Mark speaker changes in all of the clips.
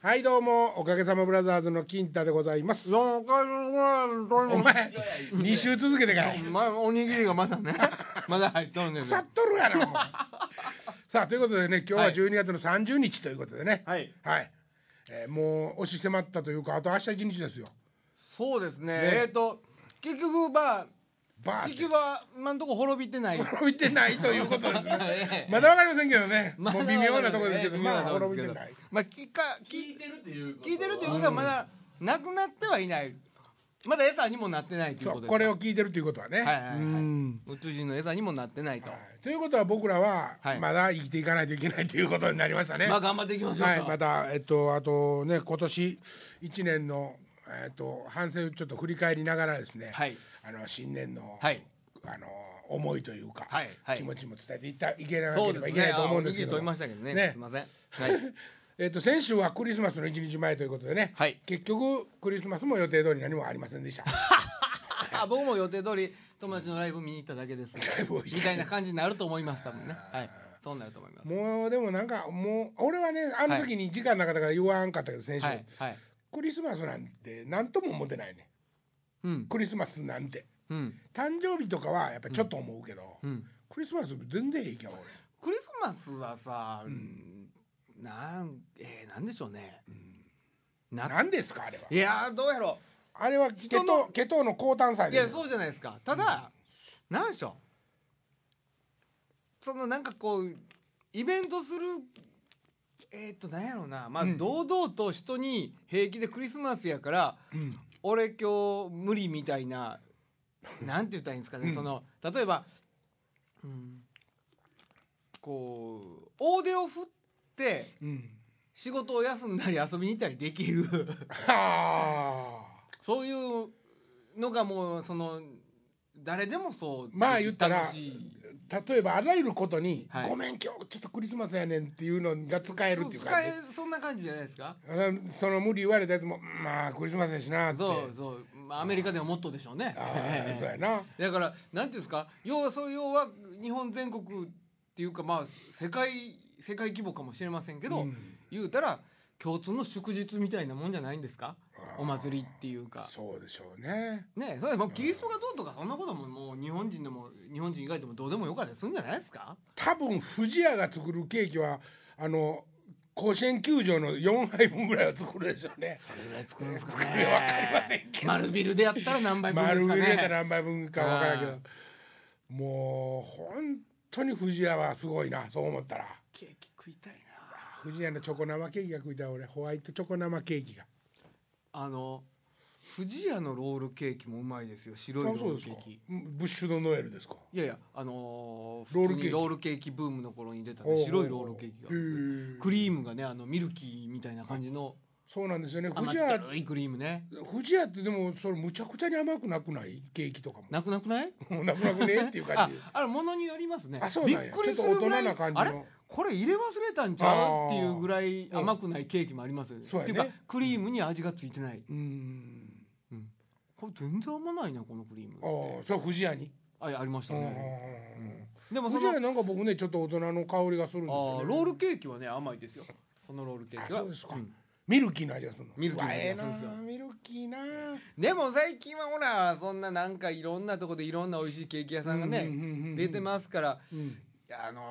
Speaker 1: はいどうもおかげさまブラザーズの金太でございます
Speaker 2: どうもおかげさまどう
Speaker 1: お
Speaker 2: も
Speaker 1: 前2週続けてから
Speaker 2: まあおにぎりがまだねまだ入っとるんです
Speaker 1: 腐っ
Speaker 2: よ
Speaker 1: とるやなお前 さあということでね今日は
Speaker 2: はい
Speaker 1: 12月の30日ということでね
Speaker 2: はい
Speaker 1: えーもう押し迫ったというかあと明日1日ですよ
Speaker 2: そうですね
Speaker 1: ね
Speaker 2: えっ、と結局ま
Speaker 1: バ
Speaker 2: あ
Speaker 1: ー
Speaker 2: 地
Speaker 1: っ
Speaker 2: 球
Speaker 1: て
Speaker 2: は今んとこ滅びてない
Speaker 1: 滅びてないということですね
Speaker 2: ええ
Speaker 1: まだわかりませんけどね
Speaker 2: まだ
Speaker 1: もう
Speaker 2: わか
Speaker 1: 微
Speaker 2: りません
Speaker 1: 妙なところですけど
Speaker 2: ええ
Speaker 1: まあ
Speaker 2: 微妙なとこ
Speaker 1: 滅び
Speaker 2: で
Speaker 1: て
Speaker 2: すけど
Speaker 1: ない
Speaker 2: まあ聞か聞
Speaker 3: 聞いてるっていうこと
Speaker 2: 聞いてるということはまだなくなってはいないまだ餌にもなってないと
Speaker 1: そ
Speaker 2: いうこと
Speaker 1: う
Speaker 2: です
Speaker 1: これを聞いてるということはね
Speaker 2: はいはいはい
Speaker 1: うん
Speaker 2: 宇宙人の餌にもなってないと、
Speaker 1: はいということは僕らは
Speaker 2: はい
Speaker 1: まだ生きていかないといけないということになりましたね
Speaker 2: まあ頑張っていきましょうか、
Speaker 1: はい、 また、えっと、あとね、今年一年の、えっと、反省をちょっと振り返りながらですね。
Speaker 2: はい
Speaker 1: あの、新年の、
Speaker 2: はい
Speaker 1: あの、思いというか、
Speaker 2: はいはい
Speaker 1: 気持ちも伝えていった、いけな
Speaker 2: そ
Speaker 1: け
Speaker 2: う
Speaker 1: れ
Speaker 2: で
Speaker 1: ば
Speaker 2: す
Speaker 1: いけな
Speaker 2: ね
Speaker 1: いと
Speaker 2: あ
Speaker 1: 思
Speaker 2: お
Speaker 1: うんで
Speaker 2: に
Speaker 1: すけ
Speaker 2: ぎり取
Speaker 1: ど
Speaker 2: り。ましたけどね
Speaker 1: ね
Speaker 2: すいません、はい、
Speaker 1: えっと、先週はクリスマスの一日前ということでね、
Speaker 2: はい
Speaker 1: 結局クリスマスも予定通り何もありませんでした。
Speaker 2: あ僕も予定通り友達のライブ見に行っただけです
Speaker 1: ラ イブを行った
Speaker 2: みたいな感じになると思います多分ねはいそうなると思います
Speaker 1: もう、でも、なんか、もう、俺はね、あの時に時間なかったから言わんかったけど、先週、
Speaker 2: はいはい
Speaker 1: クリスマスなんて、何とも思ってないね。
Speaker 2: うん
Speaker 1: クリスマスなんて。
Speaker 2: うん
Speaker 1: 誕生日とかはやっぱちょっと思うけど、
Speaker 2: うん
Speaker 1: クリスマス全然平気やわ
Speaker 2: クリスマスはさ、なんえー、なんでしょうね、
Speaker 1: 俺
Speaker 2: な
Speaker 1: 何ですかあれはい
Speaker 2: やーどうやろ
Speaker 1: あれはケト
Speaker 2: の
Speaker 1: ケトの高炭
Speaker 2: う
Speaker 1: 祭
Speaker 2: い
Speaker 1: で
Speaker 2: やそうじゃないですかただ、なんでしょうそのなんかこうイベントするえー、っとなんやろうなまあ、
Speaker 1: うん
Speaker 2: 堂々と人に平気でクリスマスやから
Speaker 1: うん
Speaker 2: 俺今日無理みたいななんて言ったらいいんですかね、
Speaker 1: うん
Speaker 2: その例えば、うん、こう大手を振って
Speaker 1: うん
Speaker 2: 仕事を休んだり遊びに行ったりできる
Speaker 1: はあ
Speaker 2: そういうのがもうその誰でもそう
Speaker 1: まあ言ったら
Speaker 2: 楽しい
Speaker 1: 例えばあらゆることに、
Speaker 2: はい
Speaker 1: ごめん今日ちょっとクリスマスやねんっていうのが使えるっていう
Speaker 2: そう
Speaker 1: か
Speaker 2: 使えそんな感じじゃないですか
Speaker 1: うんその無理言われたやつもうんまあクリスマスやしなって
Speaker 2: そうそう、まあ、アメリカではもっとでしょうね
Speaker 1: あ あそうやな
Speaker 2: だからなんていうんですか要はそう要は日本全国っていうかまあ世界世界規模かもしれませんけど、
Speaker 1: うん
Speaker 2: 言うたら共通の祝日みたいなもんじゃないんですか
Speaker 1: あー
Speaker 2: お祭りっていうか
Speaker 1: そうでしょうね
Speaker 2: ねえそれもうキリストがどうとかそんなことももう日本人でも日本人以外でもどうでもよかったりするんじゃないですか
Speaker 1: 多分藤屋が作るケーキはあの甲子園球場の4杯分ぐらいは作るでしょうね
Speaker 2: どれぐらい作るんですか
Speaker 1: これ
Speaker 2: ね
Speaker 1: わかりませんけど
Speaker 2: 丸ビルでやったら何倍分ですか
Speaker 1: 丸
Speaker 2: ね
Speaker 1: ビルやったら何杯分か分からんけ
Speaker 2: あ
Speaker 1: どもう本当に藤屋はすごいなそう思ったら
Speaker 2: ケーキ食いたいな
Speaker 1: 藤屋のチョコ生ケーキが食いたい俺ホワイトチョコ生ケーキが
Speaker 2: あの藤屋のロールケーキもうまいですよ白いロ
Speaker 1: そう
Speaker 2: ール
Speaker 1: です
Speaker 2: ケ
Speaker 1: か
Speaker 2: ーキ
Speaker 1: ブッシュドノエルですか
Speaker 2: いやいやあのー
Speaker 1: ロールケ
Speaker 2: 普通
Speaker 1: ーキ
Speaker 2: にロールケーキブームの頃に出たね
Speaker 1: おうおうおう
Speaker 2: 白いロールケーキがあるんで
Speaker 1: へ
Speaker 2: すよ
Speaker 1: え
Speaker 2: クリームがねあのミルキーみたいな感じの
Speaker 1: そうなんですよね
Speaker 2: 甘
Speaker 1: 藤屋
Speaker 2: ったいクリームね
Speaker 1: 藤屋ってでもそれむちゃくちゃに甘くなくないケーキとかも
Speaker 2: なくなくない
Speaker 1: もうなくなくねっていう感じ
Speaker 2: ああれ物によりますね
Speaker 1: あそうなんや
Speaker 2: びっくりするぐらい
Speaker 1: ちょっと大人な感じの
Speaker 2: あれこれ入れ忘れたんちゃうっていうぐらい甘くないケーキもありますよね
Speaker 1: そうやね
Speaker 2: っていうかクリームに味がついてない、
Speaker 1: うん
Speaker 2: これ全然甘ないなこのクリーム
Speaker 1: ああそれは藤屋に
Speaker 2: あありました
Speaker 1: うん
Speaker 2: ねでもそ
Speaker 1: 藤
Speaker 2: の
Speaker 1: 屋なんか僕ねちょっと大人の香りがするんですよね
Speaker 2: あーロールケーキはね甘いですよそのロールケーキ
Speaker 1: あ
Speaker 2: は
Speaker 1: そうですか
Speaker 2: ん
Speaker 1: ミルキーの味がするの
Speaker 2: ミルキーの味がす
Speaker 1: う
Speaker 2: るん
Speaker 1: わ
Speaker 2: ですよ
Speaker 1: ええなミルキーな
Speaker 2: でも最近はほらそんななんかいろんなとこでいろんな美味しいケーキ屋さんがね
Speaker 1: うんうんうんうん
Speaker 2: 出てますから
Speaker 1: うん
Speaker 2: あの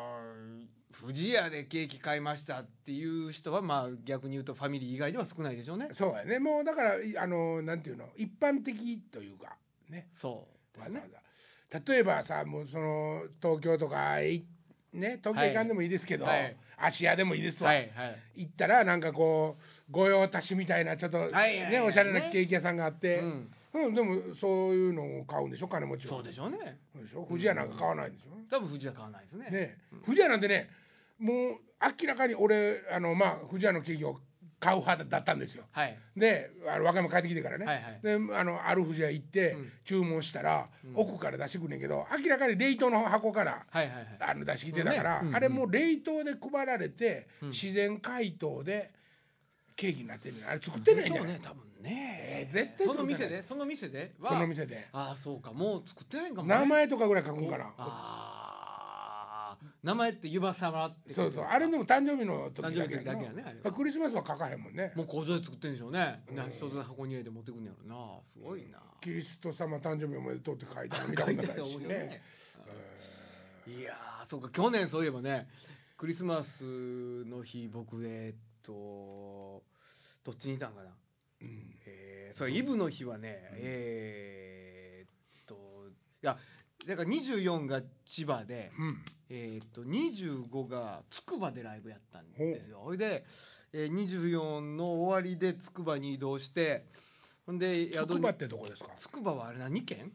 Speaker 2: ー藤屋でケーキ買いましたっていう人はまあ逆に言うとファミリー以外では少ないでしょうね
Speaker 1: そうやねもうだからいあのなんていうの一般的というかね
Speaker 2: そうで
Speaker 1: わ
Speaker 2: す
Speaker 1: ざわ
Speaker 2: ね
Speaker 1: ざ例えばさもうその東京とかいね東京行かんでもいいですけど、
Speaker 2: はい
Speaker 1: 芦屋でもいいですわ、
Speaker 2: はいはい
Speaker 1: 行ったらなんかこう御用達みたいなちょっと、ね
Speaker 2: はいはい
Speaker 1: おしゃれな
Speaker 2: ね
Speaker 1: ケーキ屋さんがあって、
Speaker 2: うん
Speaker 1: うんでもそういうのを買うんでしょ金持ちは
Speaker 2: そうでしょうね
Speaker 1: そうでしょ藤屋なんか買わないんでしょ、
Speaker 2: 多分藤屋買わないですね
Speaker 1: ね、藤屋なんてねもう明らかに俺あの、まあ、藤屋の企業を買う派だったんですよ。
Speaker 2: はい
Speaker 1: であの和歌山帰ってきてからね、
Speaker 2: はいはい
Speaker 1: であのある藤屋行って注文したら、奥から出してくんねんけど明らかに冷凍の箱から、
Speaker 2: はいはいはい
Speaker 1: あの出してきてたから、
Speaker 2: そうねうんうん
Speaker 1: あれもう冷凍で配られて、自然解凍でケーキになってるのあれ作ってないんじゃ
Speaker 2: そう
Speaker 1: ない、
Speaker 2: ね多分
Speaker 1: え
Speaker 2: ね
Speaker 1: ー絶対
Speaker 2: その
Speaker 1: 作って
Speaker 2: 店
Speaker 1: ない
Speaker 2: でその店では
Speaker 1: その店で
Speaker 2: ああそうかもう作ってないんかもね
Speaker 1: 名前とかぐらい書くんかな
Speaker 2: ああ名前って湯葉様って
Speaker 1: そうそうあれでも誕生日の時だ
Speaker 2: 誕
Speaker 1: けや
Speaker 2: 生日の時だけやねあれ
Speaker 1: な
Speaker 2: は
Speaker 1: クリスマスは書かへんもんね
Speaker 2: もう工場で作ってんでしょうね、
Speaker 1: うん
Speaker 2: な一つの箱に入れて持ってくんねやろなす ごいな、
Speaker 1: キリスト様誕生日おめでとうって書いてあるみた
Speaker 2: 書
Speaker 1: い
Speaker 2: い
Speaker 1: な
Speaker 2: て
Speaker 1: こ
Speaker 2: あ
Speaker 1: とないし
Speaker 2: る思うよ
Speaker 1: ね
Speaker 2: ねいやーそうか去年そういえばねクリスマスの日僕えーっとどっちにいたんかな
Speaker 1: うん
Speaker 2: えー、それイブの日はね、
Speaker 1: うん
Speaker 2: えー、っといやだから24が千葉で、
Speaker 1: うん
Speaker 2: えー、っと25がつくばでライブやったんですよほいで、えー、24の終わりでつくばに移動してほんで宿
Speaker 1: 筑波
Speaker 2: に
Speaker 1: ってどこですか
Speaker 2: つくばはあれ何県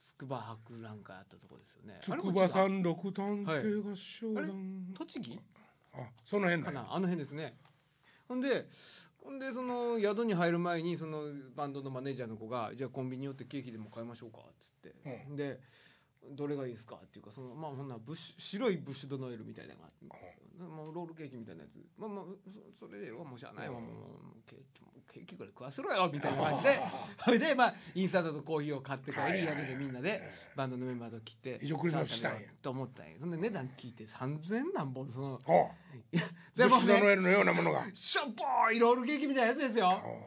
Speaker 2: つくば博覧会あったとこですよねあれ
Speaker 1: 筑波
Speaker 2: こっ
Speaker 1: 山六探偵合唱団、
Speaker 2: ちが栃木
Speaker 1: あその辺
Speaker 2: か
Speaker 1: だ
Speaker 2: な
Speaker 1: よ
Speaker 2: あの辺ですねほんでほんでその宿に入る前にそのバンドのマネージャーの子が「じゃあコンビニ寄ってケーキでも買いましょうか」っつって、
Speaker 1: う
Speaker 2: で「どれがいいですか?」っていうかそのまあほんならブッシュ白いブッシュドノエルみたいなのがあって、まあ、ロールケーキみたいなやつまあまあそそれではもうしゃあないわ、
Speaker 1: うん
Speaker 2: もうもうケーキもうケーキぐらい食わせろよみたいな感じでほいでまあインスタントとコーヒーを買って帰
Speaker 1: はい
Speaker 2: り
Speaker 1: はい
Speaker 2: 宿
Speaker 1: はい
Speaker 2: でみんなでバンドのメンバーと来て
Speaker 1: 一応クリスマスしたんや
Speaker 2: と思ったんやそんで値段聞いて3000何本その
Speaker 1: ほう
Speaker 2: 全部
Speaker 1: 吉田ノエルのようなものが
Speaker 2: しょぼーいロールケーキみたいなやつですよ
Speaker 1: ほうは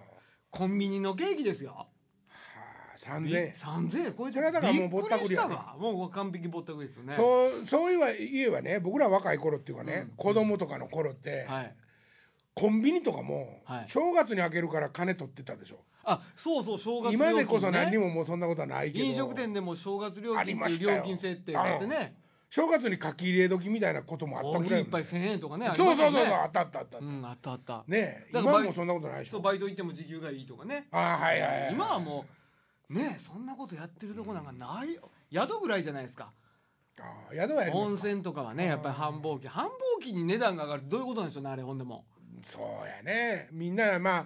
Speaker 2: コンビニのケーキですよ
Speaker 1: あ三千円
Speaker 2: 3000円超えて
Speaker 1: それはだからもう
Speaker 2: びっ
Speaker 1: ぼっ
Speaker 2: く
Speaker 1: た
Speaker 2: り
Speaker 1: く
Speaker 2: し
Speaker 1: り
Speaker 2: た
Speaker 1: やね
Speaker 2: わもう完璧ぼったくりですよね
Speaker 1: そうそういえば言えばね僕ら若い頃っていうかね、
Speaker 2: うん
Speaker 1: 子供とかの頃って、
Speaker 2: はい
Speaker 1: コンビニとかも、
Speaker 2: はい
Speaker 1: 正月に開けるから金取ってたでしょ、
Speaker 2: あそうそう正月料金、ね、
Speaker 1: 今でこそ何にももうそんなことはないけど
Speaker 2: 飲食店でも正月料金
Speaker 1: あ
Speaker 2: って
Speaker 1: り
Speaker 2: い
Speaker 1: ま
Speaker 2: う
Speaker 1: したよ
Speaker 2: 料金設定があってね
Speaker 1: 正月に書き入れ時みたいなこともあっ
Speaker 2: コ
Speaker 1: た
Speaker 2: ー
Speaker 1: ぐ
Speaker 2: ヒ
Speaker 1: ら
Speaker 2: ー
Speaker 1: い
Speaker 2: 一杯1000円とかねあり
Speaker 1: そ
Speaker 2: ま
Speaker 1: う
Speaker 2: す
Speaker 1: そ
Speaker 2: よ
Speaker 1: うそ
Speaker 2: ね
Speaker 1: うそうあったあったあった、
Speaker 2: うんあったあった
Speaker 1: ねえ
Speaker 2: だから
Speaker 1: 今
Speaker 2: バイ
Speaker 1: もそんなことないでし
Speaker 2: 人
Speaker 1: ょ
Speaker 2: バイト行っても時給がいいとかね
Speaker 1: ああはいはいはい
Speaker 2: 今はもうねそんなことやってるとこなんかないよ宿ぐらいじゃないですか
Speaker 1: ああ宿はやりま
Speaker 2: 温
Speaker 1: すか
Speaker 2: 泉とかはねやっぱり繁忙期繁忙期に値段が上がるってどういうことなんでしょうねあれほんでも
Speaker 1: そうやねみんなまあ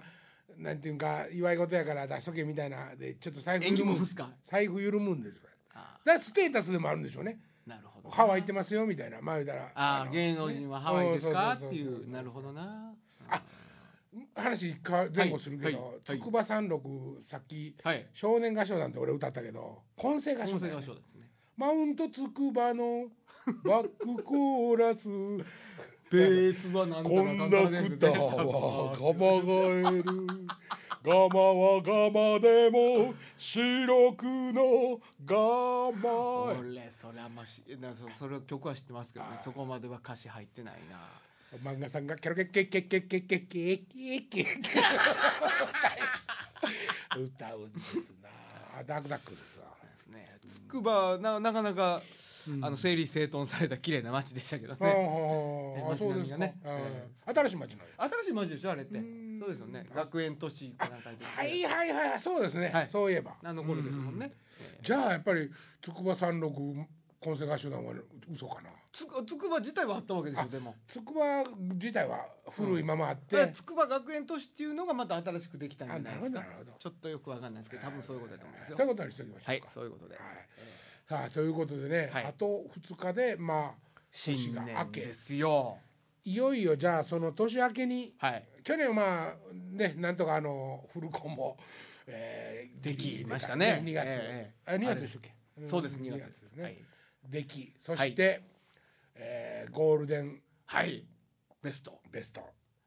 Speaker 1: なんていうんか祝い事やから出しとけみたいなでちょっと財布
Speaker 2: 縁起
Speaker 1: 緩
Speaker 2: 物
Speaker 1: む
Speaker 2: ですか
Speaker 1: 財布緩むんですよ
Speaker 2: あ
Speaker 1: だからステータスでもあるんでしょうね
Speaker 2: ーなるほど
Speaker 1: ハワイ行って
Speaker 2: も
Speaker 1: ますよみたいなまあ言うたら
Speaker 2: ああ
Speaker 1: の
Speaker 2: 芸能人はハワイですか
Speaker 1: ね
Speaker 2: って
Speaker 1: ん
Speaker 2: い
Speaker 1: そうそうそうそう
Speaker 2: うなるほどな
Speaker 1: あ話一回前後するけ
Speaker 2: はいは
Speaker 1: ど
Speaker 2: いはい
Speaker 1: 筑波山麓さっき
Speaker 2: はい
Speaker 1: 少年合唱団って俺歌ったけど混声合
Speaker 2: 音
Speaker 1: 唱
Speaker 2: 声
Speaker 1: 団
Speaker 2: 合唱ですね
Speaker 1: マウント筑波のバックコーラス
Speaker 2: ベースはなん
Speaker 1: こんな歌はガマがえるガマはガマでも白くのガマ
Speaker 2: 俺それあんましなそそれ曲は知ってますけどねそこまでは歌詞入ってないな
Speaker 1: 漫画さんがキャロケッケッケッケッケッケッケッケッケッケッ歌うんですなあダークダックスですわ
Speaker 2: ですねつくばななかなかあの整理整頓された綺麗な街でしたけどね
Speaker 1: あああそうですか、
Speaker 2: ね
Speaker 1: うん新しい町の
Speaker 2: 新しい街でしょあれって
Speaker 1: うん
Speaker 2: そうですよね学園都市かなんかに
Speaker 1: はいはいはいそうですね、
Speaker 2: はい
Speaker 1: そういえば
Speaker 2: あの頃ですもんねええ
Speaker 1: じゃあやっぱり筑波山麓混声合唱団は嘘かな
Speaker 2: つくつくば自体はあったわけでしょ
Speaker 1: あ
Speaker 2: でも
Speaker 1: 筑波自体は古いままあっ
Speaker 2: だから
Speaker 1: て、
Speaker 2: つくば学園都市っていうのがまた新しくできたんじゃ
Speaker 1: あ
Speaker 2: な
Speaker 1: ないるほ
Speaker 2: です
Speaker 1: ど
Speaker 2: か
Speaker 1: なるほど
Speaker 2: ちょっとよくわかんないですけど多分そういうことだと思うんです
Speaker 1: そういう
Speaker 2: よ
Speaker 1: ことにしておきましょうか
Speaker 2: はいそういうことで
Speaker 1: はいさあということでね、
Speaker 2: はい
Speaker 1: あと2日でまあ
Speaker 2: 新
Speaker 1: 年が明
Speaker 2: 年
Speaker 1: け
Speaker 2: ですよ
Speaker 1: いよいよじゃあその年明けに
Speaker 2: はい
Speaker 1: 去年はまあねなんとかあのフルコンも、えー
Speaker 2: でき
Speaker 1: ギリギリ
Speaker 2: ましたね
Speaker 1: 2月、
Speaker 2: ええ
Speaker 1: あ2月でしたっけ
Speaker 2: そうです
Speaker 1: ん
Speaker 2: 2
Speaker 1: 2
Speaker 2: 月です
Speaker 1: ね、
Speaker 2: はい
Speaker 1: できそして、えーゴールデン
Speaker 2: はいベスト
Speaker 1: ベスト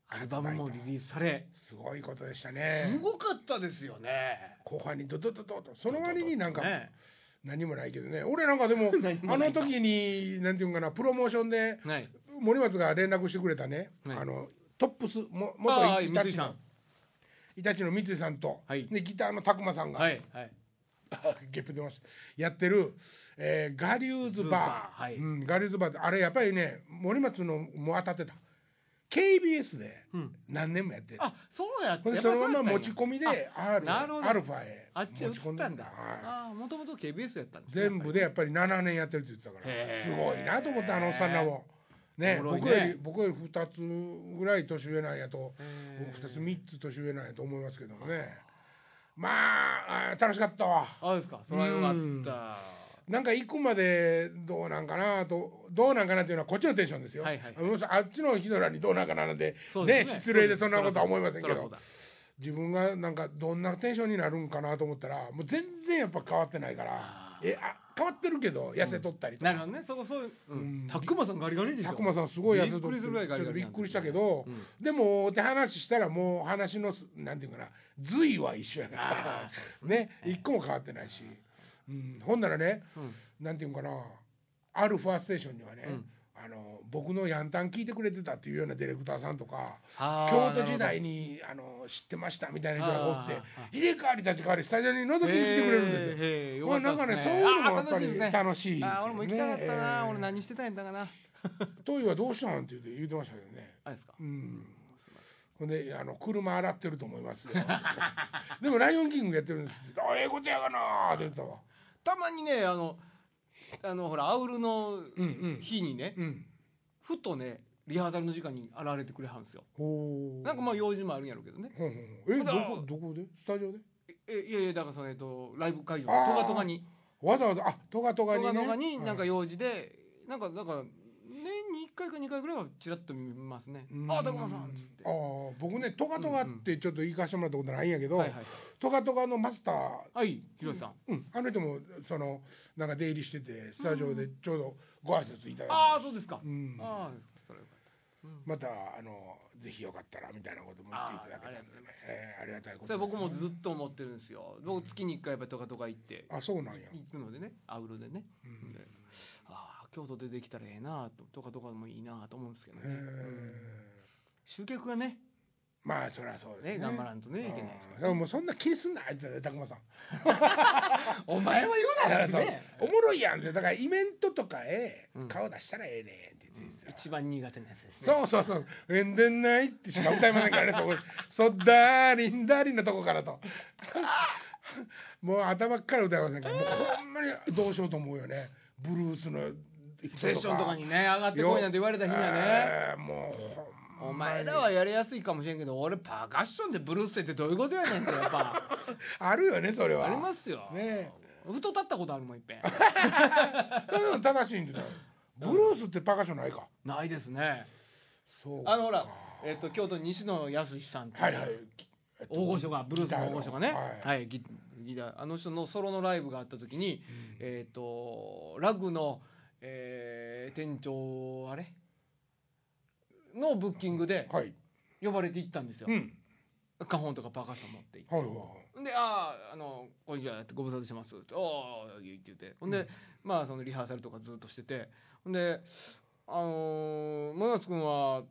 Speaker 2: アルバムもリリースされ
Speaker 1: すごいことでしたね
Speaker 2: すごかったですよね
Speaker 1: 後半にドドドドとその割になんか
Speaker 2: ね
Speaker 1: 何もないけどね俺なんかでも
Speaker 2: 何も
Speaker 1: あ
Speaker 2: ない
Speaker 1: の時になんていうんかなプロモーションで
Speaker 2: はい
Speaker 1: 森松が連絡してくれたね、
Speaker 2: はい
Speaker 1: あのトップスも
Speaker 2: あ
Speaker 1: 元
Speaker 2: ー
Speaker 1: イタ
Speaker 2: 三井
Speaker 1: チ
Speaker 2: さ
Speaker 1: の
Speaker 2: ん
Speaker 1: イタチの三井さんと、
Speaker 2: はい
Speaker 1: でギターの拓磨さんが、
Speaker 2: はいはい
Speaker 1: ゲップ出ましたやってる、えーガリューズバー
Speaker 2: ズバーはい
Speaker 1: うん、ガリューズバーってあれやっぱりね森松のも当たってた KBS で
Speaker 2: うん
Speaker 1: 何年もやってる、
Speaker 2: あそうやっ
Speaker 1: ほんで
Speaker 2: やっ
Speaker 1: そ
Speaker 2: ぱり
Speaker 1: のまま
Speaker 2: うやったんや
Speaker 1: 持ち込みで R
Speaker 2: なるほど
Speaker 1: アルファへ
Speaker 2: あっちへ移ったんだ
Speaker 1: はい
Speaker 2: ああもともと KBS やったんですね
Speaker 1: 全部でやっぱり7年やってるって言ってたから
Speaker 2: へ
Speaker 1: す
Speaker 2: ー
Speaker 1: ごいなと思ったあのおっさんらも。ね
Speaker 2: おもろいね
Speaker 1: 僕より僕より2つぐらい年上なんやと
Speaker 2: へー
Speaker 1: 2つ3つ年上なんやと思いますけどもねまああー楽しかったわ
Speaker 2: あですかそれはよかった
Speaker 1: なんか行くまでどうなんかなとどうなんかなっていうのはこっちのテンションですよ、
Speaker 2: はいはい
Speaker 1: あのあっちの人らにどうなんかななんて
Speaker 2: そう
Speaker 1: ね
Speaker 2: です
Speaker 1: 失礼でそんなことは思いません
Speaker 2: そ
Speaker 1: け
Speaker 2: らそう
Speaker 1: ど
Speaker 2: だ
Speaker 1: 自分がなんかどんなテンションになるんかなと思ったらもう全然やっぱ変わってないから
Speaker 2: あー
Speaker 1: えあ変わってるけど痩せとったりと
Speaker 2: なるほ
Speaker 1: か、
Speaker 2: どねそこそうう
Speaker 1: うん
Speaker 2: んたっくまさんガリガリでしょ
Speaker 1: たくまさんすごい痩せと
Speaker 2: びっくりするぐらいガ
Speaker 1: ちょ
Speaker 2: リ
Speaker 1: っと
Speaker 2: ガ
Speaker 1: びっ
Speaker 2: リなんですよ
Speaker 1: くりしたけど、
Speaker 2: うん
Speaker 1: でもって話したらもう話のすなんていうかな髄は一緒やから
Speaker 2: あーそうで
Speaker 1: ね
Speaker 2: す
Speaker 1: 一個も変わってないし、うん、ほんならね
Speaker 2: うん
Speaker 1: なんていうんかなアルファステーションにはね、
Speaker 2: うん
Speaker 1: あの僕のヤンタン聞いてくれてたっていうようなディレクターさんとか
Speaker 2: あー
Speaker 1: 京都時代にあの知ってましたみたいな人がおって
Speaker 2: あーあ
Speaker 1: 入れ替わり立ち替わりスタジオに覗きに来てくれるんですよ。
Speaker 2: へーへーよ
Speaker 1: ま
Speaker 2: か
Speaker 1: あ
Speaker 2: った
Speaker 1: な
Speaker 2: っ
Speaker 1: ん
Speaker 2: す
Speaker 1: か
Speaker 2: ね
Speaker 1: ねそういうのもやっ
Speaker 2: あ
Speaker 1: ぱ
Speaker 2: ー楽しいです
Speaker 1: り
Speaker 2: ね
Speaker 1: 楽しいですよね。
Speaker 2: あー俺も行きたかったな、
Speaker 1: えー
Speaker 2: 俺何してたんやったかな
Speaker 1: トイはどうしたんって言って言ってましたけどね。
Speaker 2: あれですか
Speaker 1: うん。ほんであの車洗ってると思いますよ。 でもライオンキングやってるんですって。あええことやがなーって言ってたわ。
Speaker 2: たまにねあのあのほらアウルの
Speaker 1: うんうん。
Speaker 2: 日にね、
Speaker 1: うん。
Speaker 2: ふとねリハーサルの時間に現れてくれはんですよ
Speaker 1: ほう。
Speaker 2: なんかまあ用事もあるんやろうけどね
Speaker 1: ほんほんほんえ
Speaker 2: まだ
Speaker 1: どこどこでスタジオで
Speaker 2: えいやいやだからそのえっとライブ会場ト
Speaker 1: あー
Speaker 2: ガトガに
Speaker 1: わざわざあトガトガ
Speaker 2: ト
Speaker 1: にね
Speaker 2: ガトガになんか
Speaker 1: はい
Speaker 2: 用事で、なんかなんか年に一回か二回ぐらいはちらっと見ますね
Speaker 1: う
Speaker 2: ああ高間さんっつって
Speaker 1: ああ僕ねトガトガってちょっと言い返してもらったことないんやけど、
Speaker 2: はいはい
Speaker 1: トガトガのマスター
Speaker 2: はいひろしさん、
Speaker 1: うん、あの人もそのなんか出入りしててスタジオでちょうどご挨拶いただいて、
Speaker 2: ああそうですか、
Speaker 1: うん
Speaker 2: ああそれはよかったうん
Speaker 1: またあのぜひよかったらみたいなことも言っていただけたんでねえーありがたいこと
Speaker 2: それ僕も
Speaker 1: っ
Speaker 2: ずっと思ってるんですよ僕月に一回やっぱりトカトカ行って
Speaker 1: とあそうなんや、
Speaker 2: 行くのでねアウロでね、
Speaker 1: うん
Speaker 2: でああ京都でできたらええなとトカトカもいいなと思うんですけどね、
Speaker 1: えー
Speaker 2: うん集客がね
Speaker 1: まあそりゃそうですね
Speaker 2: ね頑張らんとねいけないです
Speaker 1: うんだからもうそんな気にすんなあいつはたくまさん
Speaker 2: お前は言うな
Speaker 1: だから
Speaker 2: んです
Speaker 1: そう
Speaker 2: ね
Speaker 1: おもろいやんってだからイベントとかへ
Speaker 2: うん
Speaker 1: 顔出したらええねんって言ってた
Speaker 2: 一番苦手なやつですね
Speaker 1: そうそうそう「えんでんない」ってしか歌いませんからねそこ 「そっだーりんだりん」のとこからともう頭から歌いませんからもうほんまにどうしようと思うよねブルースの人
Speaker 2: セッションとかにね上がってこいなんて言われた日にはね
Speaker 1: えーもうほ
Speaker 2: お
Speaker 1: んまに
Speaker 2: 前らはやりやすいかもしれんけど俺パーカッションでブルースってどういうことやねんってやっぱ
Speaker 1: あるよねそれは
Speaker 2: ありますよ
Speaker 1: ね
Speaker 2: ふと立ったことあるもんいっぺん
Speaker 1: それでも正しいんでだよブルースってパーカッションないか
Speaker 2: ないですね
Speaker 1: そうか
Speaker 2: あのほら、えっと京都西野康さんっていう
Speaker 1: はいはいえっと
Speaker 2: 大御所がブルースの大御所がね
Speaker 1: ギターの
Speaker 2: はい、ギギターあの人のソロのライブがあった時に、えっ、とラグの、えー店長あれのブッキングで
Speaker 1: はい、はい
Speaker 2: 呼ばれて行ったんですよ、
Speaker 1: うん
Speaker 2: カホンとかパーカッション持って行っ
Speaker 1: はいはいはい
Speaker 2: てで「あああのこんにちは」ってご無沙汰してます」って「おー言って言ってほんで、まあそのリハーサルとかずっとしててほんであのー、森松君は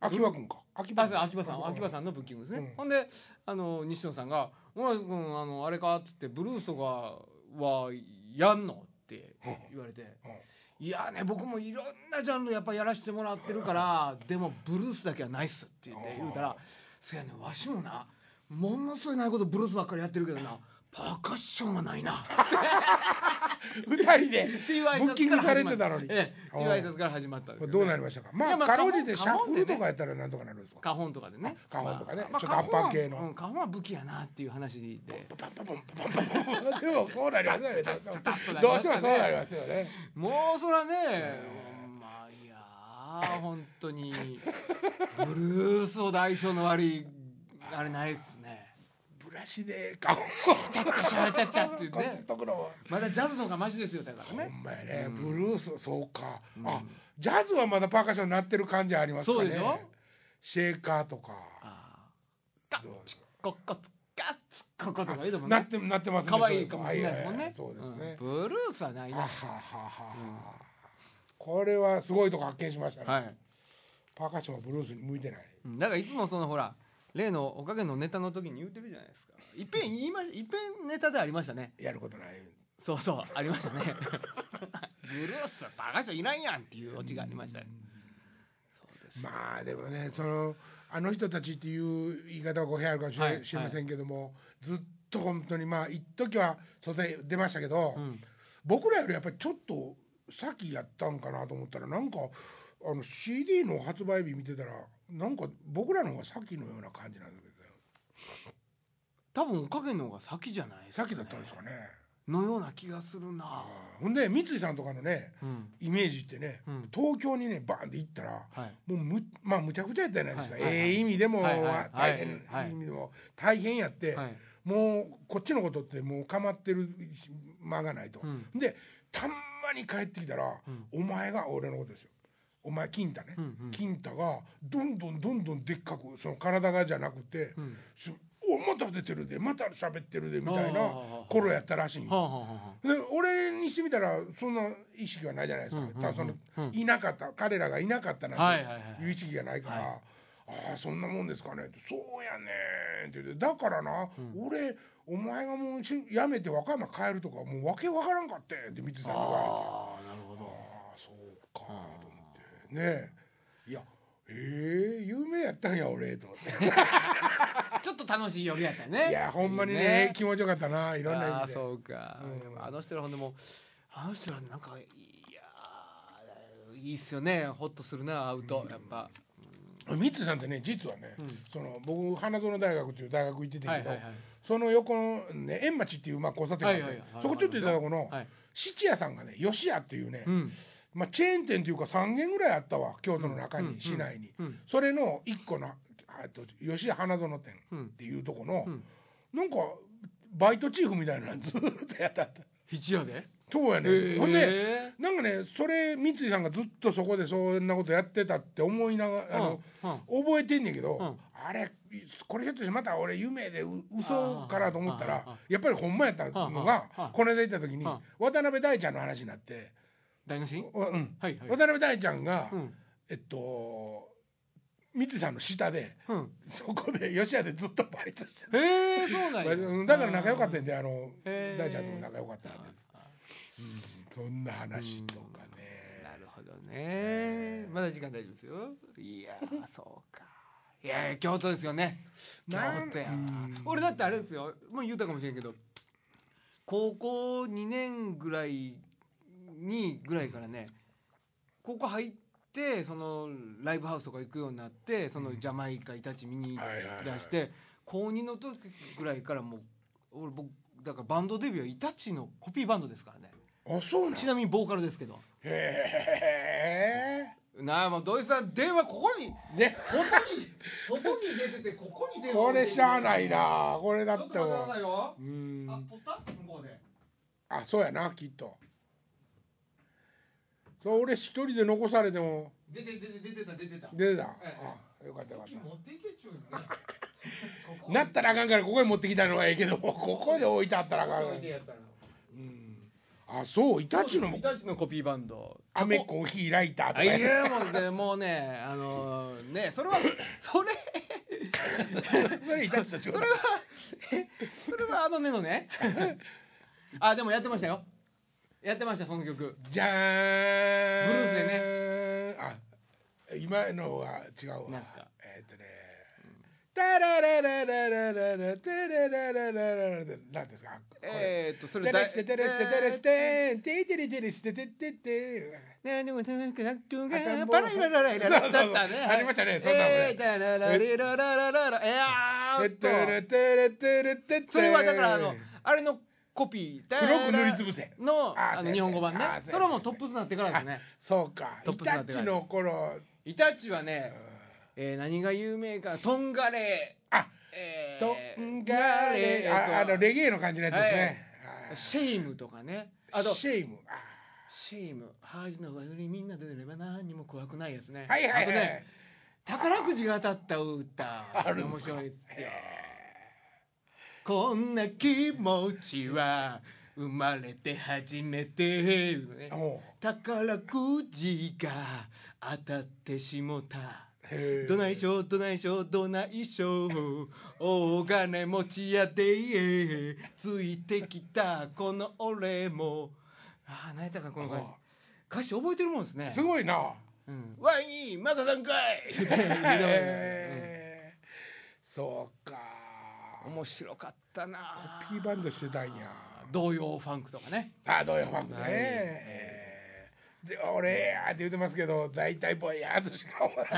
Speaker 1: 秋葉君か秋
Speaker 2: あそう秋葉さん秋葉
Speaker 1: ん
Speaker 2: さんのブッキングですね、
Speaker 1: うん
Speaker 2: ほんであの西野さんが「小野君あのあれか?」っつって「ブルースとかはやんの?」って言われて「いやね僕もいろんなジャンルやっぱやらせてもらってるからでもブルースだけはないっす」って言って言うたら「そやねわしもなものすごいないことブルースばっかりやってるけどなパーカッションがないな」
Speaker 1: 二人で
Speaker 2: っていう挨
Speaker 1: ブッキ
Speaker 2: 拶
Speaker 1: ング
Speaker 2: から
Speaker 1: され
Speaker 2: 始ま
Speaker 1: て
Speaker 2: った
Speaker 1: のに
Speaker 2: ええっていう挨拶から始まったんですよね
Speaker 1: どうなりましたかま
Speaker 2: い
Speaker 1: あ
Speaker 2: やまあ
Speaker 1: かろうじてシ
Speaker 2: カ
Speaker 1: ャ
Speaker 2: モ
Speaker 1: ッフ
Speaker 2: ンで
Speaker 1: ル
Speaker 2: ね
Speaker 1: とかやったらなんとかなるんですか
Speaker 2: カホンとかでね
Speaker 1: カホンとかね
Speaker 2: まあ
Speaker 1: ちょっとアッパー系の
Speaker 2: カホンはうんカホンは武器やなっていう話で
Speaker 1: パンパンパンパンパンパンパンでもこうなりますよねどうしても
Speaker 2: ッとなりますね
Speaker 1: どうしてもそうなりますよね
Speaker 2: もうそらね、まあいやー本当にブルースを代表の割あれないっすね。
Speaker 1: ブラシで顔を
Speaker 2: ちゃっちゃしゃらちゃっちゃっていう
Speaker 1: こすっ
Speaker 2: ね。
Speaker 1: とくのも
Speaker 2: まだジャズの方がマジですよだか
Speaker 1: ほ
Speaker 2: らね。
Speaker 1: んまやねブルースそうかあジャズはまだパーカッションなってる感じありますか
Speaker 2: そうでしょ
Speaker 1: ねシェーカーとか
Speaker 2: あーカッチココツカッツココとか言うても
Speaker 1: な
Speaker 2: ね
Speaker 1: っ。てなってますね
Speaker 2: 可愛いかもしれないですも
Speaker 1: は
Speaker 2: ん
Speaker 1: は
Speaker 2: ね
Speaker 1: は。そうですね
Speaker 2: うんブルースはない
Speaker 1: あは
Speaker 2: な。
Speaker 1: はははこれはすごいとこ発見しましたね
Speaker 2: はい。
Speaker 1: パーカッションはブルースに向いてない
Speaker 2: うんだからいつもそのほら例のおかげのネタの時に言ってるじゃないですか。いっぺん言いまいっぺんネタでありましたね。
Speaker 1: やることない
Speaker 2: そうそうありましたねブルースバカじゃいないやんっていうオチがありましたねそうです
Speaker 1: まあでもねそのあの人たちっていう言い方は語弊あるかもしれ,、
Speaker 2: はい
Speaker 1: ませんけども、ずっと本当にまあ一時は外へ出ましたけど、
Speaker 2: ん
Speaker 1: 僕らよりやっぱりちょっと先やったんかなと思ったらなんかあの CD の発売日見てたらなんか僕らの方が先のような感じなんだけどね
Speaker 2: 多分おかげの方が先じゃないですか、ね、
Speaker 1: 先だったんですかね。
Speaker 2: のような気がするな
Speaker 1: あーほんで三井さんとかのね
Speaker 2: うん
Speaker 1: イメージってね、
Speaker 2: うん
Speaker 1: 東京にねバーンって行ったら、
Speaker 2: はい
Speaker 1: もうむまあむちゃくちゃやったじゃないですか、
Speaker 2: はいはいはい
Speaker 1: ええ意味でも、
Speaker 2: はいはい
Speaker 1: 大変、
Speaker 2: はい
Speaker 1: いい意味でも大変やって、
Speaker 2: はい
Speaker 1: もうこっちのことってもう構ってる間がないと、
Speaker 2: うん
Speaker 1: でたんまに帰ってきたら、お前が俺のことですよお前金太ね、
Speaker 2: うんうん
Speaker 1: 金太がどんどんどんどんでっかくその体がじゃなくて、
Speaker 2: ん
Speaker 1: しおまた出てるでまた喋ってるでみたいな
Speaker 2: はあはあはあ
Speaker 1: 頃やったらしいんよ
Speaker 2: はあはあはあは
Speaker 1: で俺にしてみたらそんな意識がないじゃないですか、ただそのいなかった彼らがいなかったな
Speaker 2: は
Speaker 1: いん
Speaker 2: はいはい
Speaker 1: ていう意識がないから「ああそんなもんですかね」って「そうやねん」って言って「だからな、俺お前がもうし辞めて和歌山帰るとかもう訳わからんかって」って三津さんに言われてあ
Speaker 2: ああなるほど
Speaker 1: あそうかと思ってねえいやええ有名やったんや俺 と思って。
Speaker 2: ちょっと楽しい夜やったね
Speaker 1: いやほんまにね気持ちよかったないろんな意
Speaker 2: ああ
Speaker 1: 味で。
Speaker 2: そうか、
Speaker 1: うん
Speaker 2: あの人らほんでもうあの人らなんかいやーいいっすよねホッとするな会うとやっぱ、
Speaker 1: ミッツさんってね実はね、その僕花園大学っていう大学行っててん
Speaker 2: は
Speaker 1: け
Speaker 2: い
Speaker 1: ど、
Speaker 2: はいはい
Speaker 1: その横のね円町っていうまあ交差点があって、
Speaker 2: はいはいはい
Speaker 1: そこちょっと行ったとこの、
Speaker 2: はい
Speaker 1: 質屋さんがね吉屋っていうね、
Speaker 2: うん
Speaker 1: まあ、チェーン店というか3軒ぐらいあったわ京都の中に、
Speaker 2: うんうん
Speaker 1: 市内に、
Speaker 2: うん
Speaker 1: それの1個のあと吉屋花園店っていうとこの、
Speaker 2: うん
Speaker 1: なんかバイトチーフみたいなのずーっとやってあった
Speaker 2: 一夜で
Speaker 1: そうやね、
Speaker 2: へえ
Speaker 1: ほんでなんかねそれ三井さんがずっとそこでそんなことやってたって思いながらあの、覚えてんねんけど、
Speaker 2: う
Speaker 1: あれこれひょっとしてまた俺夢でう嘘かなと思った
Speaker 2: あーあー
Speaker 1: ら
Speaker 2: あ
Speaker 1: やっぱりほんまやったのが
Speaker 2: あーあー
Speaker 1: この間行った時に
Speaker 2: あ
Speaker 1: 渡辺大ちゃんの話になって、
Speaker 2: 台無し
Speaker 1: わうん
Speaker 2: はいは
Speaker 1: 渡
Speaker 2: い
Speaker 1: 辺大ちゃんが、
Speaker 2: うん
Speaker 1: えっと三井さんの下で
Speaker 2: うん
Speaker 1: そこで吉屋でずっとバイトして
Speaker 2: へえそうなんや
Speaker 1: るだから仲良かったんであの
Speaker 2: へー
Speaker 1: 大ちゃんとも仲良かったんです、
Speaker 2: ああ
Speaker 1: うんそんな話とかね
Speaker 2: なるほどねまだ時間大丈夫ですよいや ーそうかいやいや京都ですよね京
Speaker 1: なん
Speaker 2: 都や
Speaker 1: うん
Speaker 2: 俺だってあれですよもう言うたかもしれんけど高校2年ぐらいにぐらいからね高校入ってそのライブハウスとか行くようになってそのジャマイカイタチ見に
Speaker 1: はいはいはい
Speaker 2: 出して高2の時ぐらいからもう俺僕だからバンドデビューはイタチのコピーバンドですからね
Speaker 1: あそうなん
Speaker 2: ちなみにボーカルですけど。
Speaker 1: へ
Speaker 2: なあもう土井さん電話ここに
Speaker 1: えで
Speaker 2: 外に外に出ててここに電話
Speaker 1: これしゃあないなこれだ
Speaker 2: ちょ
Speaker 1: っ
Speaker 2: っと待っててくだ
Speaker 1: も
Speaker 2: さいよ
Speaker 1: う、ん
Speaker 2: あ取った向こうで
Speaker 1: あそうやなきっとそう俺一人で残されても
Speaker 2: 出て出て出てた出てた
Speaker 1: 出てた
Speaker 2: え
Speaker 1: あよかったよか
Speaker 2: 大きい
Speaker 1: っ
Speaker 2: 持っていけっちゅうねこ
Speaker 1: た
Speaker 2: こ
Speaker 1: なったらあかんからここに持ってきたのはいいけど ここで置いてあったらあかん
Speaker 2: 置いてやったら
Speaker 1: うんあそうイタチの
Speaker 2: イタチのコピーバンド
Speaker 1: アメコーヒーライターとか
Speaker 2: あい
Speaker 1: やね
Speaker 2: やもうねもうねあのーねそれはそれ
Speaker 1: それイタチと違う
Speaker 2: それはえそれはあのねのねあでもやってましたよやってましたその曲
Speaker 1: じゃーん
Speaker 2: ブルース
Speaker 1: でねあ今のは違う
Speaker 2: なん
Speaker 1: わ
Speaker 2: すか
Speaker 1: えーっとねタラララララララテレラララララってなんですかこれ
Speaker 2: えーっとそれ
Speaker 1: テレしてテレしてテレしてテテレテレしてテテテ
Speaker 2: ねでもなんかなんか
Speaker 1: 赤ん坊
Speaker 2: パライララライララ
Speaker 1: そう
Speaker 2: だ
Speaker 1: そう
Speaker 2: っ
Speaker 1: そう
Speaker 2: たね。
Speaker 1: ありましたねそんなのね
Speaker 2: えーだららりらららららいや
Speaker 1: テ
Speaker 2: ーっと
Speaker 1: テレテレテレテテ
Speaker 2: それはだからあのあれのコピーだら
Speaker 1: 黒く塗りつぶせ
Speaker 2: の
Speaker 1: あー
Speaker 2: あ
Speaker 1: そう
Speaker 2: の
Speaker 1: や
Speaker 2: 日本語版ね
Speaker 1: そうや。
Speaker 2: それはもうトップスになってからですね。
Speaker 1: そうか
Speaker 2: ト
Speaker 1: イ
Speaker 2: ップスにな
Speaker 1: タ
Speaker 2: ってな
Speaker 1: チ
Speaker 2: い
Speaker 1: の頃
Speaker 2: イタチはね、えー何が有名かトンガレー。
Speaker 1: あ
Speaker 2: え
Speaker 1: と
Speaker 2: ー
Speaker 1: んがれああのレゲエの感じのやつですねあー
Speaker 2: シェイムとかね。あと
Speaker 1: シェイムあー
Speaker 2: シェイム恥の悪いみんなで寝れば何にも怖くないですね。
Speaker 1: はいはいはい
Speaker 2: あとね宝くじが当たった歌
Speaker 1: あるん
Speaker 2: 面
Speaker 1: ですか
Speaker 2: 白いですよ。こんな気持ちは生まれて初めて、ね、
Speaker 1: おう
Speaker 2: 宝くじが当たってしもた。
Speaker 1: へー
Speaker 2: どないしょどないしょどないしょ大金持ちやでついてきたこの俺もああ泣いたかこの歌詞歌詞覚えてるもんですね
Speaker 1: すごい な
Speaker 2: うん、ワインマカさ んかい言うて言うてましたね
Speaker 1: へーそうか
Speaker 2: うん面白かったな
Speaker 1: ピーバンドしてたんや
Speaker 2: 童謡ファンクとかね
Speaker 1: あどうよファンクね、
Speaker 2: はい
Speaker 1: えーで俺やって言ってますけど大体ぼやっとしか思わ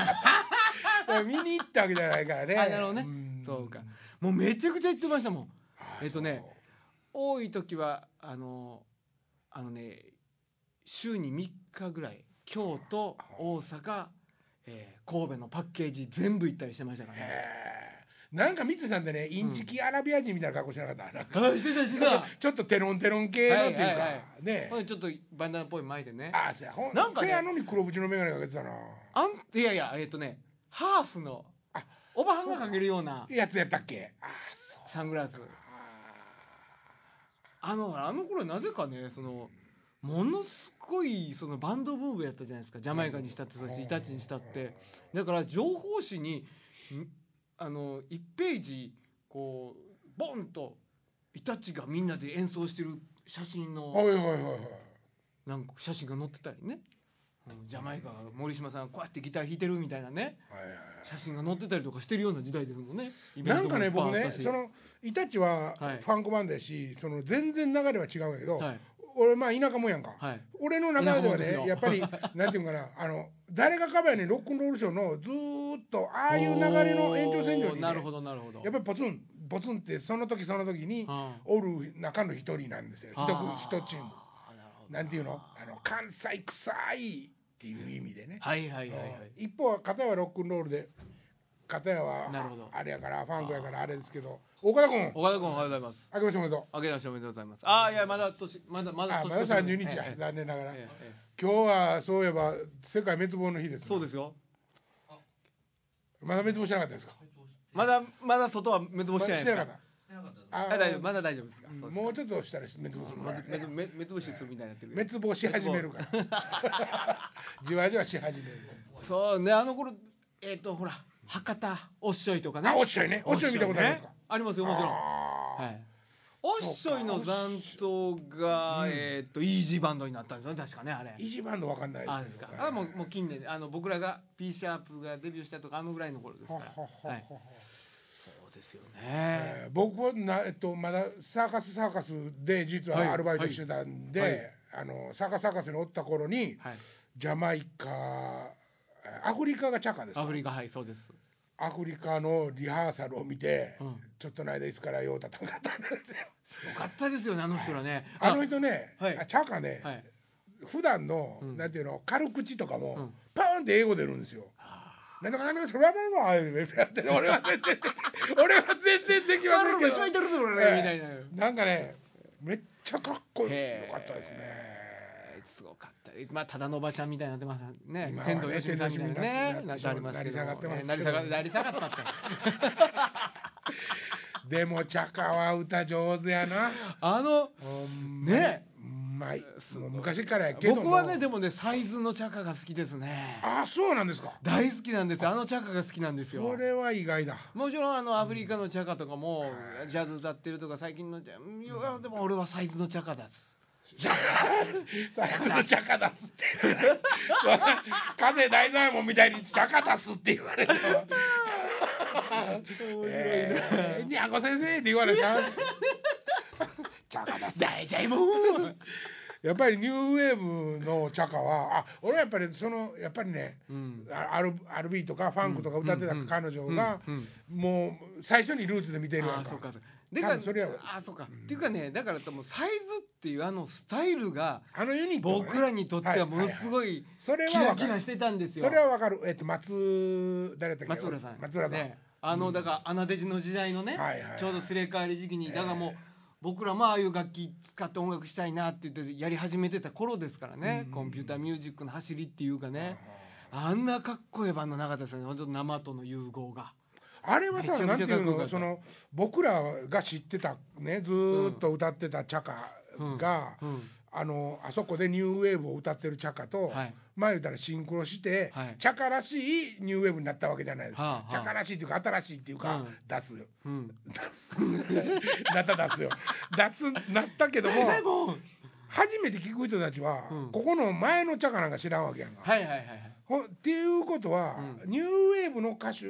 Speaker 1: ない見に行ったわけじゃないからね
Speaker 2: あなるほどね
Speaker 1: うん
Speaker 2: そうかもうめちゃくちゃ言ってましたもん
Speaker 1: あ
Speaker 2: えっとね多い時はあのあのね週に3日ぐらい京都大阪、えー神戸のパッケージ全部行ったりしてましたから
Speaker 1: そう
Speaker 2: ね
Speaker 1: へーなんかミツさんってねインチキアラビア人みたいな格好してなかった、なんか
Speaker 2: あしてたしてた
Speaker 1: ちょっとテロンテロン系のっていうか、
Speaker 2: はいはいは
Speaker 1: ね
Speaker 2: ほんでちょっとバンダナっぽい巻いてね
Speaker 1: ああせやほん
Speaker 2: なんかね
Speaker 1: せやのに黒縁の眼鏡かけてたな
Speaker 2: あんいやいやえっとねハーフの
Speaker 1: あ
Speaker 2: おばはんがかけるような
Speaker 1: やつやったっけあ
Speaker 2: サングラスあのあの頃なぜかねそのものすごいそのバンドブームやったじゃないですかジャマイカにしたってそうだしイタチにしたってだから情報誌にんあの1ページこうボンとイタチがみんなで演奏してる写真
Speaker 1: あはいは
Speaker 2: の
Speaker 1: いはいはい
Speaker 2: なんか写真が載ってたりねうんジャマイカが森島さんがこうやってギター弾いてるみたいなね
Speaker 1: はいはい
Speaker 2: 写真が載ってたりとかしてるような時代ですもんねイベン
Speaker 1: な
Speaker 2: ト
Speaker 1: ん
Speaker 2: も
Speaker 1: かね僕
Speaker 2: いっぱいあ
Speaker 1: ね
Speaker 2: ったし
Speaker 1: そのイタチはフ
Speaker 2: はい
Speaker 1: ァンコバンドやし、その全然流れは違うんやけど、
Speaker 2: はい
Speaker 1: 俺まあ田舎もんやんか、
Speaker 2: はい
Speaker 1: 俺の中では
Speaker 2: 田舎もんですよ
Speaker 1: ねやっぱりなんていうんかなあの誰がカバーやねんロックンロールショーのずーっとああいう流れの延長線上に、ね、
Speaker 2: おーなるほどなるほど
Speaker 1: やっぱりポツンポツンってその時その時に
Speaker 2: うん
Speaker 1: おる中の一人なんですよ一
Speaker 2: あー
Speaker 1: 区一チーム
Speaker 2: あーなるほど
Speaker 1: なんていうのあの関西臭いっていう意味でね、
Speaker 2: はいはいはいはい
Speaker 1: 一方は片やロックンロールで片やは
Speaker 2: なるほど
Speaker 1: あれやからファンクやからあれですけど岡田君
Speaker 2: 岡田君おはようございます
Speaker 1: 明けましておめでと
Speaker 2: 明けましておめでとうございますああいやまだ年まだま
Speaker 1: う
Speaker 2: だ
Speaker 1: あ
Speaker 2: 年
Speaker 1: まだ30日
Speaker 2: え
Speaker 1: や、
Speaker 2: ええ
Speaker 1: 残念ながら、
Speaker 2: えええ
Speaker 1: 今日はそういえば世界滅亡の日です、
Speaker 2: えそうですよ
Speaker 1: まだ滅亡してなかったですか
Speaker 2: まだまだ外は滅亡してないで
Speaker 1: ま
Speaker 2: すか
Speaker 1: だ
Speaker 2: あ
Speaker 1: してなかった
Speaker 2: 大丈夫まだ大丈夫ですか
Speaker 1: あ
Speaker 2: そう
Speaker 1: の
Speaker 2: ですか
Speaker 1: もうちょっとしたら滅亡するから、
Speaker 2: 滅滅滅滅亡死するみたいになってるけど
Speaker 1: 滅亡し始めるから じわじわし始める
Speaker 2: そうねあの頃えっとほら博多おっしょいとかね
Speaker 1: あおっしょいねおっしょい見たことありますか
Speaker 2: ねありますよもちろん
Speaker 1: あー
Speaker 2: はい。おっしょいの残党が、えーっとイージーバンドになったんですよね確かねあれ。
Speaker 1: 一番のわかんないです
Speaker 2: あですか。あもうもう近年あの僕らが P シャープがデビューしたとかあのぐらいの頃ですから。はい。そうですよね。
Speaker 1: えー僕はな、えっと、まだサーカスサーカスで実
Speaker 2: はい
Speaker 1: はアルバイトしてたんで、
Speaker 2: はいはい
Speaker 1: あのサーカスサーカスにおった頃に、
Speaker 2: はい。
Speaker 1: ジャマイカアフリカがチャカです
Speaker 2: ア
Speaker 1: か
Speaker 2: フリカはいそうです。
Speaker 1: アフリカのリハーサルを見て、
Speaker 2: ん
Speaker 1: ちょっとの間ですからようたたんかったんですよ
Speaker 2: すごかったですよねあの人らね。
Speaker 1: あの人ね、
Speaker 2: はい
Speaker 1: あチャカね、
Speaker 2: はい。
Speaker 1: 普段の、なんていうの軽口とかも、パーンって英語出るんですよ。なんとかなんとかそれはないのあれやってて俺は全然俺は全然できま
Speaker 2: あ
Speaker 1: せ
Speaker 2: の
Speaker 1: ん
Speaker 2: 人
Speaker 1: け
Speaker 2: が一番いて
Speaker 1: ど
Speaker 2: るところねみたいな。
Speaker 1: なんかねめっちゃかっこよ
Speaker 2: へー
Speaker 1: かったですね。
Speaker 2: えーすごかった。まあただのおばちゃんみたいになってますね
Speaker 1: 今。はね
Speaker 2: 天童よしみさんみたいなね
Speaker 1: 天童よしみになっ
Speaker 2: なっててありますけ
Speaker 1: 成り下がってますけど
Speaker 2: ど。えー成り下が成り下がったって。
Speaker 1: でもチャカは歌上手やな。
Speaker 2: あのね。
Speaker 1: うまい。もう昔からやけども。
Speaker 2: 僕はねでもねサイズのチャカが好きですね
Speaker 1: あそうなんですか。
Speaker 2: 大好きなんですよあのチャカが好きなんですよ
Speaker 1: これは意外だ。
Speaker 2: もちろんあのアフリカのチャカとかもジャズ歌ってるとか最近のジャいやでも俺はサイズのチャカだっす
Speaker 1: じゃあ、最後のチャカダスって。そんな風大左衛門みたいにチャカダスって言われても。えー、にゃこ先生って言われた。チャカダス。大
Speaker 2: ジャイモン
Speaker 1: やっぱりニューウェーブのチャカは、あ、俺はやっぱりその、やっぱりね。アルアルビーとかファンクとか歌ってた彼女が、もう最初にルーツで見てるや
Speaker 2: あ
Speaker 1: ん
Speaker 2: ーそうか
Speaker 1: か
Speaker 2: そうかで
Speaker 1: 多分それやわ
Speaker 2: あーそうかっていうかねだからもうサイズっていうあのスタイルが
Speaker 1: あのユニットはね、
Speaker 2: 僕らにとってはものす
Speaker 1: い
Speaker 2: ごい
Speaker 1: それ
Speaker 2: キ
Speaker 1: はわ
Speaker 2: ラ
Speaker 1: かる
Speaker 2: キラしてたんですよ
Speaker 1: それはわかる。えっと松誰だったっけ？
Speaker 2: 松浦さん
Speaker 1: 松浦さん。
Speaker 2: ね、あのだから穴弟子の時代のね、
Speaker 1: はいはいはい
Speaker 2: ちょうどすれ替わり時期に、だからもう僕らもああいう楽器使って音楽したいなって言ってやり始めてた頃ですからね、コンピューターミュージックの走りっていうかね、あんなかっこいいバンドなかったですよね本当生との融合が。
Speaker 1: あれはさ
Speaker 2: めちゃ
Speaker 1: な
Speaker 2: め
Speaker 1: ん
Speaker 2: ち
Speaker 1: て
Speaker 2: ゃ
Speaker 1: いう
Speaker 2: かっこよかっ
Speaker 1: の
Speaker 2: た
Speaker 1: その僕らが知ってたねずーっと歌ってたチャカが、
Speaker 2: うんうん
Speaker 1: あのあそこでニューウェーブを歌ってるチャカと、
Speaker 2: はい
Speaker 1: 前言ったらシンクロして、
Speaker 2: はい
Speaker 1: チャカらしいニューウェーブになったわけじゃないですか。
Speaker 2: はあはあ
Speaker 1: チャカらしいっていうか新しいっていうか、
Speaker 2: うん
Speaker 1: 出すよ。
Speaker 2: うん、
Speaker 1: 出すなった出すよ。出すなったけども。
Speaker 2: でもはい
Speaker 1: 初めて聞く人たちは、
Speaker 2: うん
Speaker 1: ここの前のチャカなんか知らんわけやんか。
Speaker 2: はいはいはい。
Speaker 1: ほっていうことは、ニューウェーブの歌手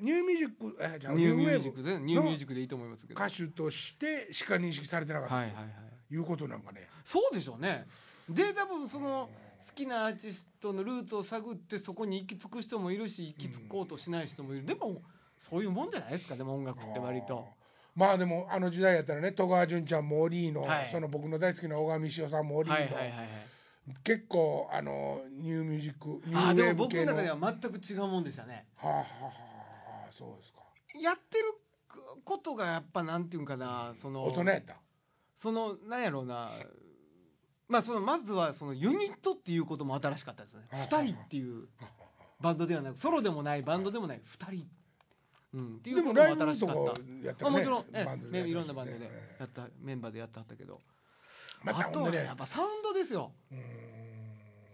Speaker 1: ニューミュージックえじゃあ
Speaker 2: ニューミュージック
Speaker 1: ニュ
Speaker 2: で
Speaker 1: ーウェーブ
Speaker 2: ニューミュージックでいいと思いますけど。は
Speaker 1: 歌手としてしか認識されてなかっ
Speaker 2: い
Speaker 1: た、
Speaker 2: はいはい。
Speaker 1: い、うことなんかね
Speaker 2: そうでしょうね。で多分その好きなアーティストのルーツを探ってそこに行き着く人もいるし行き着こうとしない人もいる。でもそういうもんじゃないですかでも音楽って割と。
Speaker 1: まあでもあの時代やったらね戸川純ちゃんもオリーノ、
Speaker 2: はい
Speaker 1: その僕の大好きな小川しおさんもオリ
Speaker 2: はい
Speaker 1: ー
Speaker 2: はい
Speaker 1: ノ、
Speaker 2: はいはい。
Speaker 1: 結構あのニューミュージックニュ
Speaker 2: あ
Speaker 1: ー
Speaker 2: ー
Speaker 1: ウ
Speaker 2: で
Speaker 1: ェー
Speaker 2: も
Speaker 1: ブ
Speaker 2: 僕
Speaker 1: 系
Speaker 2: の
Speaker 1: の
Speaker 2: 中では全く違うもんでしたね。
Speaker 1: はあはあはあはあそうですか
Speaker 2: やってることがやっぱなんていうんかなその
Speaker 1: 大人やった
Speaker 2: そのなんやろうなまあそのまずはそのユニットっていうことも新しかったですね
Speaker 1: うん
Speaker 2: 2人っていうバンドではなくソロでもないバンドでもない2人、うん、ってい
Speaker 1: で
Speaker 2: うこ
Speaker 1: も
Speaker 2: と
Speaker 1: ライ
Speaker 2: も
Speaker 1: ブ
Speaker 2: 新
Speaker 1: と
Speaker 2: しか
Speaker 1: か
Speaker 2: った。
Speaker 1: やって
Speaker 2: まあ、もちろん、え
Speaker 1: バンドで
Speaker 2: え
Speaker 1: やってましたね
Speaker 2: いろんなバンドで
Speaker 1: え
Speaker 2: やったメンバーでやってはったけど、
Speaker 1: えま
Speaker 2: あ
Speaker 1: た
Speaker 2: と
Speaker 1: ほん
Speaker 2: は
Speaker 1: で
Speaker 2: や
Speaker 1: ね
Speaker 2: っぱサウンドですよ
Speaker 1: うーん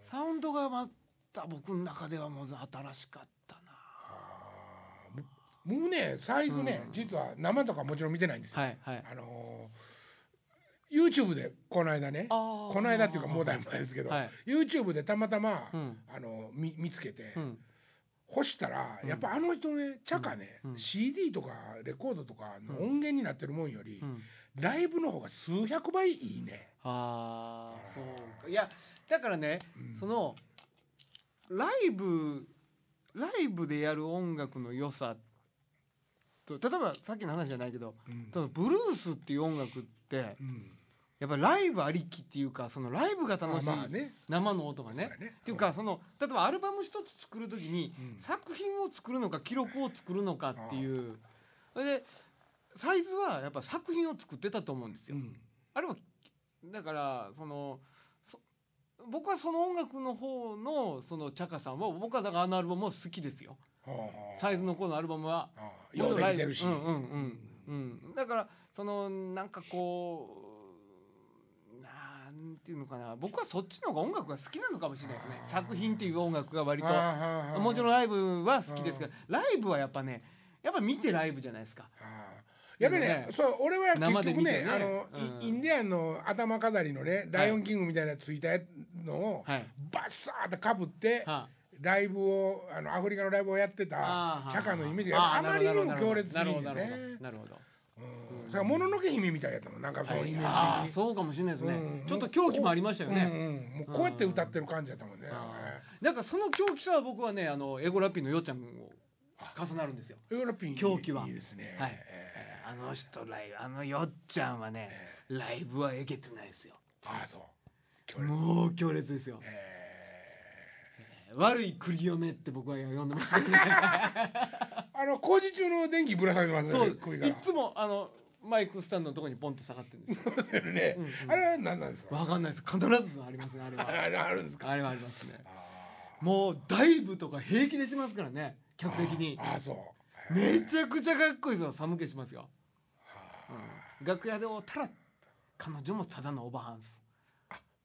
Speaker 2: サウンドがまた僕の中ではもう新しかったな
Speaker 1: あーももうねサイズね
Speaker 2: うん
Speaker 1: 実は生とかもちろん見てないんですよ
Speaker 2: はいはい
Speaker 1: あのー YouTube でこの間ねこ
Speaker 2: こ
Speaker 1: の間っていうかもうだいぶ前ですけど
Speaker 2: はい
Speaker 1: YouTube でたまたま
Speaker 2: うん
Speaker 1: あの見見つけて
Speaker 2: うん
Speaker 1: 干したらやっぱあの人ね茶かね
Speaker 2: うんうん
Speaker 1: CD とかレコードとかの音源になってるもんより
Speaker 2: うん
Speaker 1: ライブの方が数百倍いいね。
Speaker 2: ああそうかいやだからね、
Speaker 1: うん
Speaker 2: そのライブライブでやる音楽の良さと例えばさっきの話じゃないけど
Speaker 1: うん
Speaker 2: ただブルースっていう音楽って
Speaker 1: うん
Speaker 2: やっぱりライブありきっていうかそのライブが楽しい、
Speaker 1: まあね
Speaker 2: 生の音がね
Speaker 1: そうやね
Speaker 2: っていうかその例えばアルバム一つ作る時に
Speaker 1: うん
Speaker 2: 作品を作るのか記録を作るのかっていうそれでサイズはやっぱ作品を作ってたと思うんです
Speaker 1: う
Speaker 2: よ。
Speaker 1: ん
Speaker 2: あれはだからそのそ僕はその音楽の方のそのチャカさんは僕はだからあのアルバムも好きですよ
Speaker 1: はあ
Speaker 2: サイズの子のアルバムは
Speaker 1: ああようできてるし、
Speaker 2: うんうんうんうん、だからそのなんかこうなんていうのかな僕はそっちの方が音楽が好きなのかもしれないですね
Speaker 1: あー
Speaker 2: 作品っていう音楽が割と
Speaker 1: ああ
Speaker 2: もちろん
Speaker 1: あ
Speaker 2: ライブは好きですけどライブはやっぱねやっぱ見てライブじゃないですか
Speaker 1: あやっぱりね
Speaker 2: でもね
Speaker 1: そう俺は結
Speaker 2: 生で
Speaker 1: 局
Speaker 2: 見
Speaker 1: ね
Speaker 2: てね
Speaker 1: あの、
Speaker 2: うん
Speaker 1: イインディアンの頭飾りのねライオンキングみたいなついたのを、
Speaker 2: はい
Speaker 1: バッサーってかぶって、
Speaker 2: は
Speaker 1: ライブをあのアフリカのライブをやって
Speaker 2: あ
Speaker 1: た
Speaker 2: ー
Speaker 1: チャカのイメージがあ
Speaker 2: ーな
Speaker 1: ま
Speaker 2: る
Speaker 1: り
Speaker 2: ほ
Speaker 1: に
Speaker 2: ど
Speaker 1: も強烈すぎるね
Speaker 2: なるほどなるほどなるほど
Speaker 1: うんだからもののけ姫みたいやったのなんかそのイメージ、
Speaker 2: ああそうかもしれないですね、
Speaker 1: うん
Speaker 2: ちょっと狂気もありましたよね、
Speaker 1: うんうんもうこうやって歌ってる感じやったもんね、
Speaker 2: あーなんかその狂気さは僕はねあのエゴラッピーのよっちゃんを重なるんですよ
Speaker 1: ヨーロピン
Speaker 2: 狂気はい
Speaker 1: いですね、
Speaker 2: はい
Speaker 1: え
Speaker 2: あの人ライブあのよっちゃんはねライブはえげつないですよ
Speaker 1: ーああそう強烈、
Speaker 2: もう強烈ですよ
Speaker 1: えー
Speaker 2: 悪いクリオネって僕は呼んでます、
Speaker 1: あの工事中の電気ぶら下げてます
Speaker 2: そ
Speaker 1: ね
Speaker 2: う
Speaker 1: 首か
Speaker 2: い
Speaker 1: ら。
Speaker 2: つもあのマイクスタンドのとこにポンと下がってるんですよ
Speaker 1: ね
Speaker 2: うんうん
Speaker 1: あれは何なんですか。
Speaker 2: わかんないです必ずありますねあれ
Speaker 1: あ
Speaker 2: は
Speaker 1: れあるんですか。
Speaker 2: あれはありますね
Speaker 1: あ
Speaker 2: もうダイブとか平気でしますからね客席に
Speaker 1: ーあーそう。
Speaker 2: めちゃくちゃかっこいいぞ寒気しますよ、うん楽屋で会うたら彼女もただのおばはんっす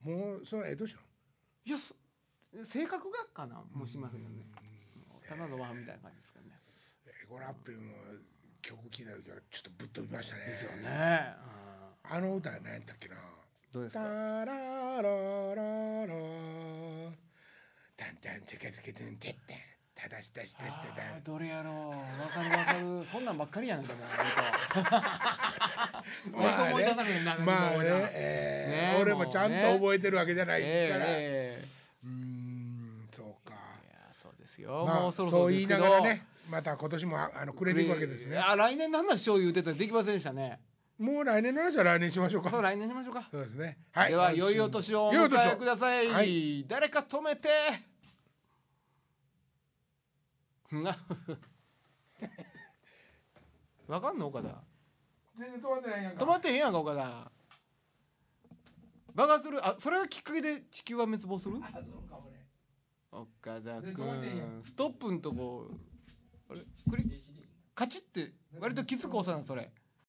Speaker 1: もうそれえどうしよ
Speaker 2: いやそ性格がかなもしますけどねうんただのおばはんみたいな感じですけどね
Speaker 1: う。エゴラッピーも曲聴いた時はちょっとぶっ飛びましたね。
Speaker 2: ですよね、うん
Speaker 1: あの歌は何やったっけな。
Speaker 2: どうです
Speaker 1: タラララ
Speaker 2: か
Speaker 1: ラ。タンタン近づけてんてってん。ただしたしたしただ。
Speaker 2: あーどれやろうわかるわかるそんなんばっかりやんでも本当
Speaker 1: まあね
Speaker 2: 思い出されへんな
Speaker 1: まあね
Speaker 2: 俺ら
Speaker 1: え
Speaker 2: ね
Speaker 1: ー、俺もちゃんと覚えてるわけじゃない
Speaker 2: ええ
Speaker 1: から。
Speaker 2: ええ
Speaker 1: うーん、そうか。
Speaker 2: いやそうですよ、
Speaker 1: まあ
Speaker 2: もうそろそ
Speaker 1: そ
Speaker 2: ろ
Speaker 1: う
Speaker 2: で
Speaker 1: 言
Speaker 2: す
Speaker 1: い
Speaker 2: け
Speaker 1: な
Speaker 2: ど
Speaker 1: がらねまた今年もああのくれていくわけですね
Speaker 2: あ来年の話を言うてたらできませんでしたね
Speaker 1: もう来年の話は来年しましょうかそ
Speaker 2: そ
Speaker 1: うう
Speaker 2: 来年しましょうか、
Speaker 1: ですねはい
Speaker 2: では良いお年をお
Speaker 1: 良いお
Speaker 2: 迎
Speaker 1: 年
Speaker 2: えください
Speaker 1: は
Speaker 2: 誰か止めてな わかんの岡田
Speaker 1: 全然止まってないやん
Speaker 2: 止まってへんやんか岡田バカするあそれがきっかけで地球は滅亡する
Speaker 1: あそうかもね
Speaker 2: 岡田
Speaker 1: で
Speaker 2: 君
Speaker 1: 止まってへんやん
Speaker 2: ストップんとこあれクリカチって割ときつく押さなそれ